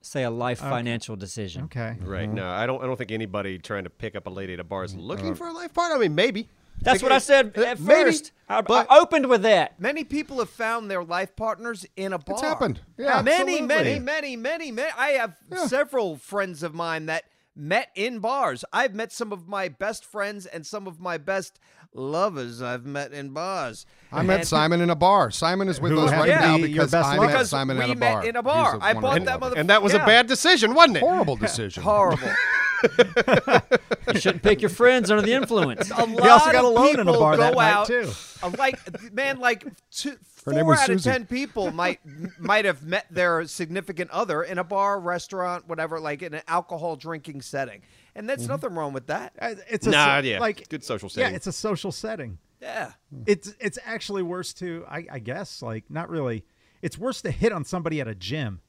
say, a life financial decision. Okay. Right. No, I don't. I don't think anybody trying to pick up a lady at a bar is looking for a life partner. I mean, maybe. That's what I said Uh, at maybe, first. I, but- I opened with that. Many people have found their life partners in a bar. happened. Yeah, many, many, absolutely. many, many, many. I have several friends of mine that met in bars. I've met some of my best friends and some of my best lovers I've met in bars. I met And- Simon in a bar. Simon is with Who us happened right to now be your because best I lover? met Because Simon we at a met bar. in a bar. He's I bought wonderful that lover. motherfucker. And that was Yeah. a bad decision, wasn't it? horrible <laughs> <laughs> decision. Horrible. You shouldn't pick your friends under <laughs> the <laughs> influence. a lot He also got of alone in a people bar go that night, out, too. uh, Like man, like <laughs> two, Her four name was out Susie. of ten people might might have met their significant other in a bar, restaurant, whatever, like in an alcohol drinking setting, and that's Mm-hmm. nothing wrong with that. Uh, It's a Nah, so- yeah. like Good social Yeah, setting. it's a social setting. Yeah, It's it's actually worse to I, I guess like not really. It's worse to hit on somebody at a gym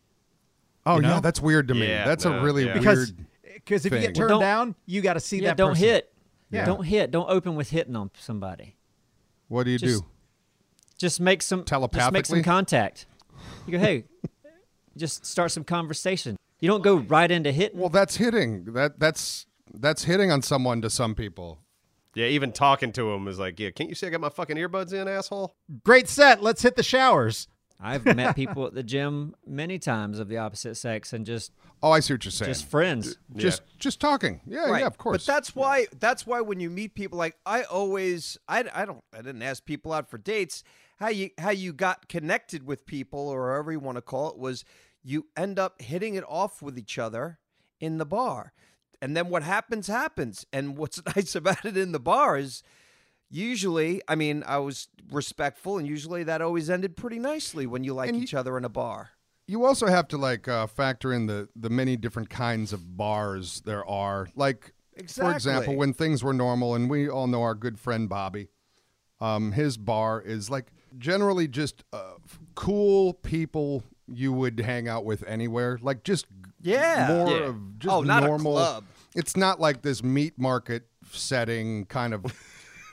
Oh You know? yeah, that's weird to me. Yeah, that's no, a really yeah. because weird. because if you thing. get turned Don't- down, you got to see yeah, that. don't person. hit. Yeah. Don't hit. Don't open with hitting on somebody. What do you Just- do? Just make some Just make Telepathically? some contact. You go, hey, <laughs> just start some conversation. You don't go right into hitting. Well, that's hitting. That that's that's hitting on someone to some people. Yeah, even talking to him is like, yeah, can't you see I got my fucking earbuds in, asshole? Great set. Let's hit the showers. I've met people at the gym many times of the opposite sex and just Oh, I see what you're saying. just friends. just, just talking. Yeah, right. yeah, of course. But that's why that's why when you meet people, like I always, I, I don't, I didn't ask people out for dates. How you how you got connected with people, or however you want to call it, was you end up hitting it off with each other in the bar, and then what happens happens. And what's <laughs> nice about it in the bar is. Usually, I mean, I was respectful, and usually that always ended pretty nicely when you like each other in a bar. you also have to like uh, factor in the the many different kinds of bars there are. Like for example, Exactly. when things were normal, and we all know our good friend Bobby, um, his bar is like generally just uh, f- cool people you would hang out with anywhere. Like just g- Yeah. more Yeah. of just Oh, not a normal. club. It's not like this meat market setting kind <laughs> of.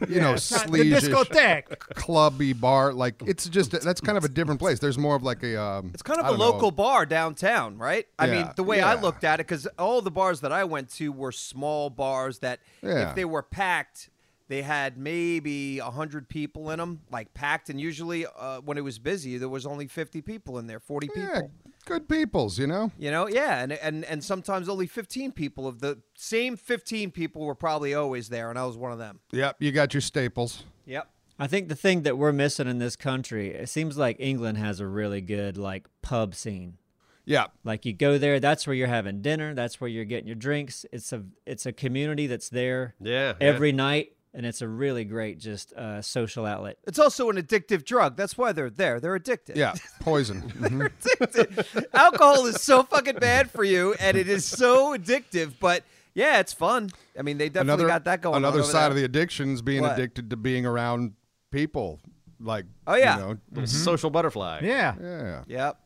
You know, Not the sleaze-ish discotheque. <laughs> clubby bar. Like it's just that's kind of a different place. There's more of like a um, It's kind of I a don't know. local bar downtown, right? I mean, Yeah, the way I yeah. looked at it, because all the bars that I went to were small bars that, Yeah. if they were packed, they had maybe hundred people in them, like packed. And usually, uh, when it was busy, there was only fifty people in there, forty yeah, people. good peoples. You know, You know, yeah, and and and sometimes only fifteen people. Of the same fifteen people were probably always there, and I was one of them. yep, you got your staples. Yep. I think the thing that we're missing in this country, it seems like England has a really good like pub scene. Yeah, Like you go there, that's where you're having dinner, that's where you're getting your drinks. It's a it's a community that's there Yeah, yeah. every night and it's a really great just uh, social outlet. It's also an addictive drug. That's why they're there. They're addicted. yeah, <laughs> poison. Mhm. alcohol is so fucking bad for you, and it is so addictive. But yeah, it's fun. I mean, they definitely Another got that going. another on over side there. of the addictions being What? addicted to being around people. Like Oh, yeah. you know, Social butterfly. Yeah. yeah, Yep.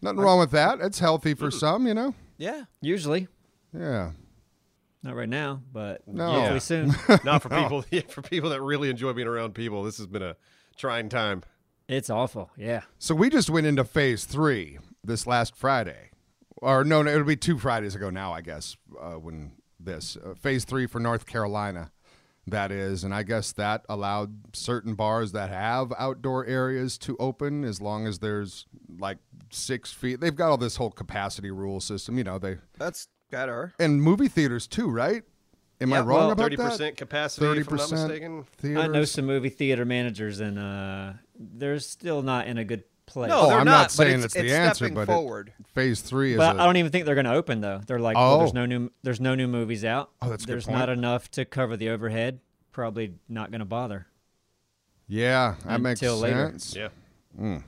nothing wrong with that. It's healthy Mm. for some, you know. Yeah. Usually. Yeah, Not right now, but No. hopefully soon. <laughs> Not for people. <laughs> Yeah, for people that really enjoy being around people, this has been a trying time. it's awful. Yeah. so we just went into phase three this last Friday, or no, no it'll be two Fridays ago now, I guess. Uh, when this uh, phase three for North Carolina, that is, and I guess that allowed certain bars that have outdoor areas to open as long as there's like six feet. They've got all this whole capacity rule system, you know. They That's better. and movie theaters too, right? Am I Yeah, wrong Well, about thirty that? percent capacity. Thirty If I'm not percent mistaken. theaters. I know some movie theater managers and uh, they're still not in a good place. No, Oh, they're I'm not, not, but saying it's- it's, the it's answer, stepping but it- forward. phase three is. But a- I don't even think they're going to open though. They're like, well, Oh. there's no new, there's no new movies out. Oh, that's a good There's point. not enough to cover the overhead. Probably not going to bother. yeah, that makes Until later. sense. Yeah.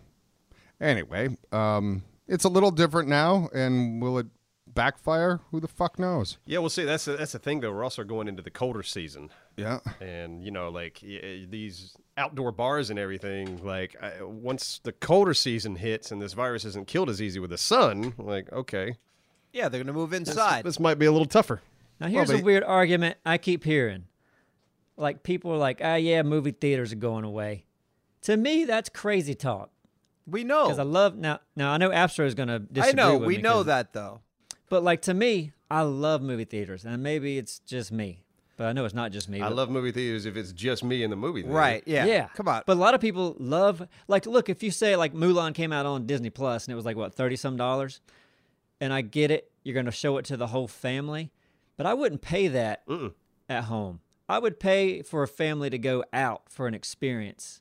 Anyway, um, it's a little different now, and will it backfire? Who the fuck knows? Yeah, we'll see. That's the, that's the thing though. We're also going into the colder season, Yeah. and you know, like y- y- these outdoor bars and everything. Like I, once the colder season hits and this virus isn't killed as easy with the sun, like okay, Yeah, they're gonna move inside. this might be a little tougher. Now here's they- a weird argument I keep hearing. Like people are like, ah, yeah, movie theaters are going away. To me, that's crazy talk. We Oh. Because I know. love now. Now I know Astro is going to I, disagree. know. with We me know 'cause- that though. But like to me, I love movie theaters, and maybe it's just me. But I know it's not just me. I but- love movie theaters if it's just me in the movie. Theater. Right. Yeah. Yeah. Come on. But a lot of people love like look, if you say like Mulan came out on Disney Plus and it was like what, thirty some dollars, and I get it, you're gonna show it to the whole family. But I wouldn't pay that at home. I would pay for a family to go out for an experience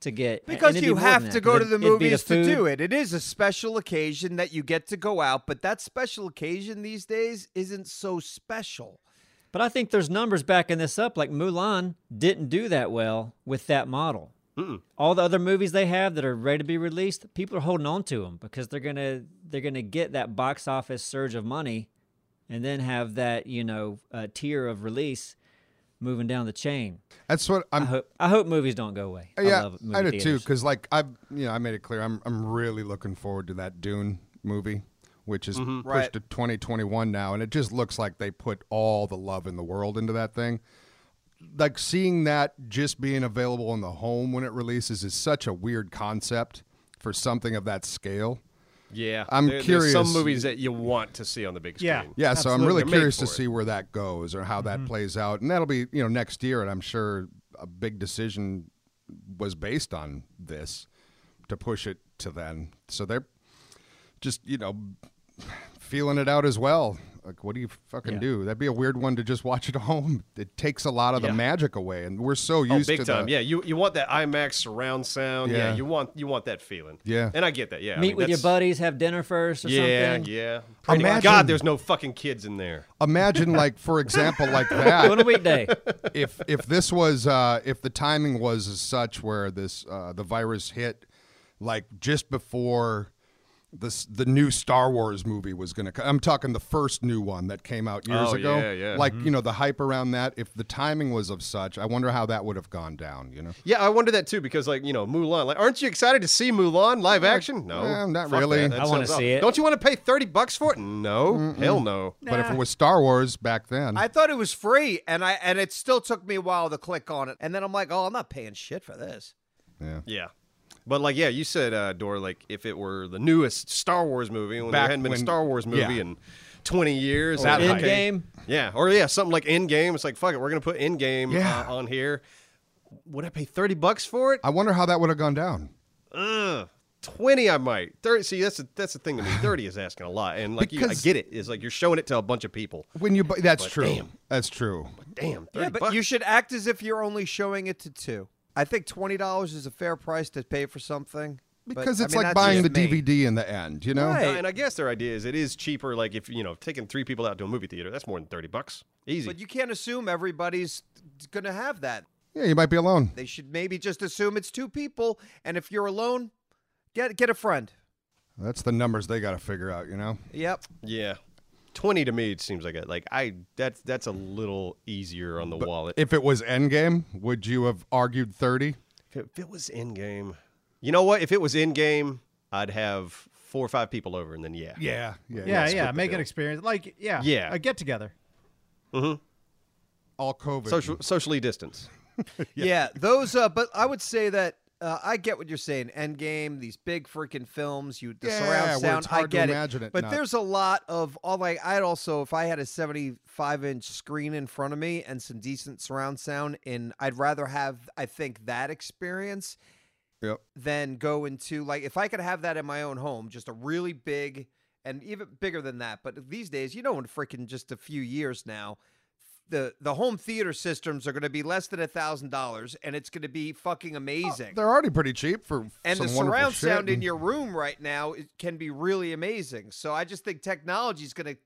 to get and Because it'd be you more than have that, to 'cause go to it'd- the it'd be movies to food. do it. It is a special occasion that you get to go out, but that special occasion these days isn't so special. But I think there's numbers backing this up. Like Mulan didn't do that well with that model. All the other movies they have that are ready to be released, people are holding on to them because they're gonna they're gonna get that box office surge of money, and then have that you know uh, tier of release moving down the chain. That's what I I'm hope I hope movies don't go away. I Um, yeah, love movie I did too. theaters. Because like I've, you know, I made it clear I'm I'm really looking forward to that Dune movie, which is pushed Right. to 2021 now, and it just looks like they put all the love in the world into that thing. Like seeing that just being available in the home when it releases is such a weird concept for something of that scale. Yeah. I'm There- curious. There's some movies that you want to see on the big screen. Yeah. Yeah, so I'm really They're made curious to for it. Mm-hmm. see where that goes or how that plays out, and that'll be you know next year, and I'm sure a big decision was based on this to push it to then. So they're just you know feeling it out as well. Like, what do you fucking Yeah. do? That'd be a weird one to just watch at <laughs> home. It takes a lot of the Yeah. magic away, and we're so Oh, used big to time. the, Yeah. You you want that IMAX surround sound. Yeah. Yeah. You want you want that feeling. Yeah. And I get that. Yeah. I Meet mean, with your that's- buddies, have dinner first or Yeah. something. Yeah. Pray to Imagine- God, there's no fucking kids in there. Imagine like for example <laughs> like Do it on a that. weekday. if if this was uh, if the timing was as such where this uh, the virus hit like just before this the new Star Wars movie was gonna come. I'm talking the first new one that came out years Oh, ago. yeah, yeah. Like Mm-hmm. you know the hype around that. If the timing was of such, I wonder how that would have gone down. You know. Yeah, I wonder that too because, like, you know, Mulan. Like, aren't you excited to see Mulan live action? No, eh, not Fuck really. that. That I wanna sounds awful. see it. Don't you want to pay thirty bucks for it? No, hell no. But if it was Star Wars back then, I thought it was free, and I and it still took me a while to click on it, and then I'm like, oh, I'm not paying shit for this. yeah. Yeah, but like, yeah, you said, uh, Dor, like, if it were the newest Star Wars movie, when Back there hadn't been when- a Star Wars movie yeah. in twenty years, That okay. hype. Endgame. yeah, or yeah, something like Endgame. It's like, fuck it, we're gonna put Endgame Yeah. uh, on here. Would I pay thirty bucks for it? I wonder how that would have gone down. Ugh. 20 I might. 30 see that's a, that's the thing to <sighs> me. 30 is asking a lot. And like you, I Because- get it. It's like you're showing it to a bunch of people. When you, bu- that's true. damn. That's true. Damn, 30 Yeah, but bucks. you should act as if you're only showing it to two. I think twenty dollars is a fair price to pay for something but, Because I it's mean, like that's buying the just me. DVD in the end. You know. Right. No, and I guess their idea is it is cheaper. Like if you know taking three people out to a movie theater, that's more than thirty bucks. Easy. But you can't assume everybody's going to have that. Yeah, you might be alone. They should maybe just assume it's two people, and if you're alone, get get a friend. That's the numbers they got to figure out. You know. Yep. yeah, twenty to me it seems like it. Like I that's that's a little easier on the wallet. If it was Endgame, would you have argued 30? If it, if it was in game, you know what? If it was in game, I'd have four or five people over, and then yeah, Yeah. Yeah. Yeah, split yeah. the Make an bill. experience. Like, yeah. Yeah. A get <laughs> together. All COVID. Social, socially distance. <laughs> Yeah. those. Uh, but I would say that uh, I get what you're saying. Endgame, these big freaking films, you the Yeah, where surround it's sound. I hard to get imagine it But not- there's a lot of all. Like I'd also, if I had a 75 inch screen in front of me and some decent surround sound, and I'd rather have, I think, that experience Yep. Then go into like if I could have that in my own home, just a really big and even bigger than that. But these days, you know, in freaking just a few years now, the the home theater systems are going to be less than a thousand dollars, and it's going to be fucking amazing. They're already pretty cheap for and some the wonderful surround shit, sound in and- your room right now it can be really amazing. So I just think technology is going to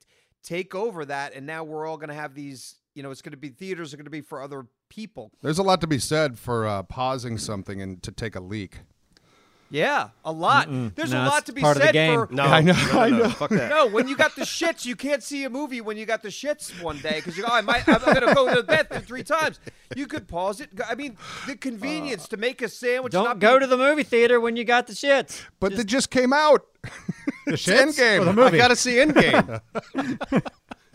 take over that, and now we're all going to have these. You know, it's going to be theaters are going to be for other people. There's a lot to be said for uh, pausing something and to take a leak. Yeah, a lot. There's No, a it's lot to be part of the said game. for No, I know, no, no, I no, know. Fuck <laughs> that. No, when you got the shits, you can't see a movie when you got the shits one day because you go, I might, I'm going to go to the bathroom three times. You could pause it. I mean, the convenience to make a sandwich. Don't not go be- to the movie theater when you got the shits. But they just came out. <laughs> The It's Endgame. Or the I movie. I <laughs> gotta see Endgame.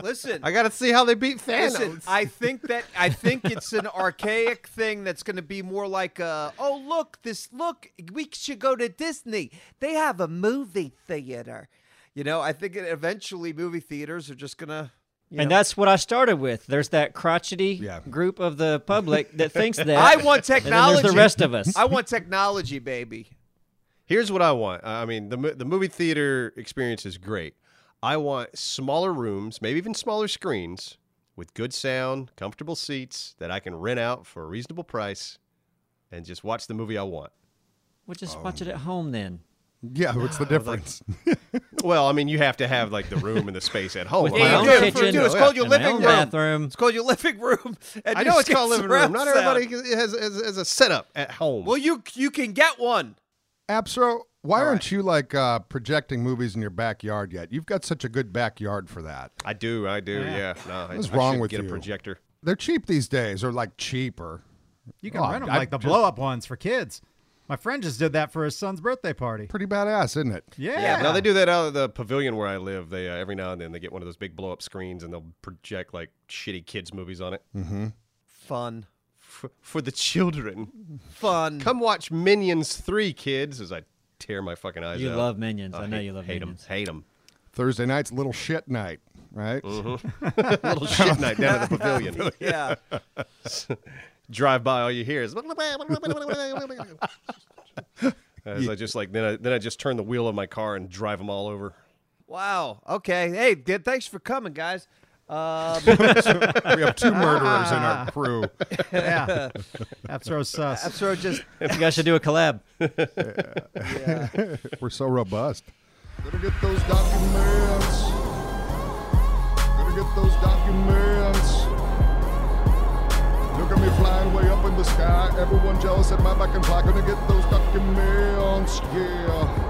Listen, I got to see how they beat Thanos. Listen, I think that I think it's an archaic thing that's going to be more like, uh, oh look, this look, we should go to Disney. They have a movie theater. You know, I think it, eventually movie theaters are just gonna. You And know. that's what I started with. There's that crotchety Yeah. group of the public <laughs> that thinks that. I want And then there's technology. the rest of us. I want technology, baby. Here's what I want. I mean, the mo- the movie theater experience is great. I want smaller rooms, maybe even smaller screens with good sound, comfortable seats that I can rent out for a reasonable price and just watch the movie I want. we'll just watch Um, it at home then. Yeah, what's the difference? <laughs> Well, I mean, you have to have like the room and the space at home. my I don't own care. dude, kitchen, Oh, dude, it's called your and my living own room. bathroom. It's called your living room. <laughs> And I you know it's get called living room. surround Not sound. everybody has, has, has a setup at home. Well, you you can get one. Absro, why aren't you like uh, projecting movies in your backyard yet? You've got such a good backyard for that. I do, I do. Yeah, no, What's I, I wrong should with get you? a projector. They're cheap these days, or like cheaper. You can Oh, rent them I like the just- blow up ones for kids. My friend just did that for his son's birthday party. Pretty badass, isn't it? Yeah. No, they do that out of the pavilion where I live. They uh, every now and then they get one of those big blow up screens and they'll project like shitty kids movies on it Hmm. Fun, for, for the children. fun. Come watch Minions Three, kids, as I tear my fucking eyes You out. love minions. Oh, I know hate- you love hate minions. them. Hate <laughs> them. Thursday night's little shit night, right? Mm-hmm. Little shit night down at the <laughs> pavilion. Yeah. Drive by, all you hear is. As I just like then I then I just turn the wheel of my car and drive them all over. Wow. Okay. Hey, good. Thanks for coming, guys. Um, We have <laughs> two murderers in our crew. <laughs> <laughs> Yeah. That's so sus. so <laughs> just You guys should do a collab. <laughs> We're so robust. Gotta get those documents. Gotta get those documents. Look at me flying way up in the sky. Everyone jealous at my back and fly. Gonna get those documents. Yeah.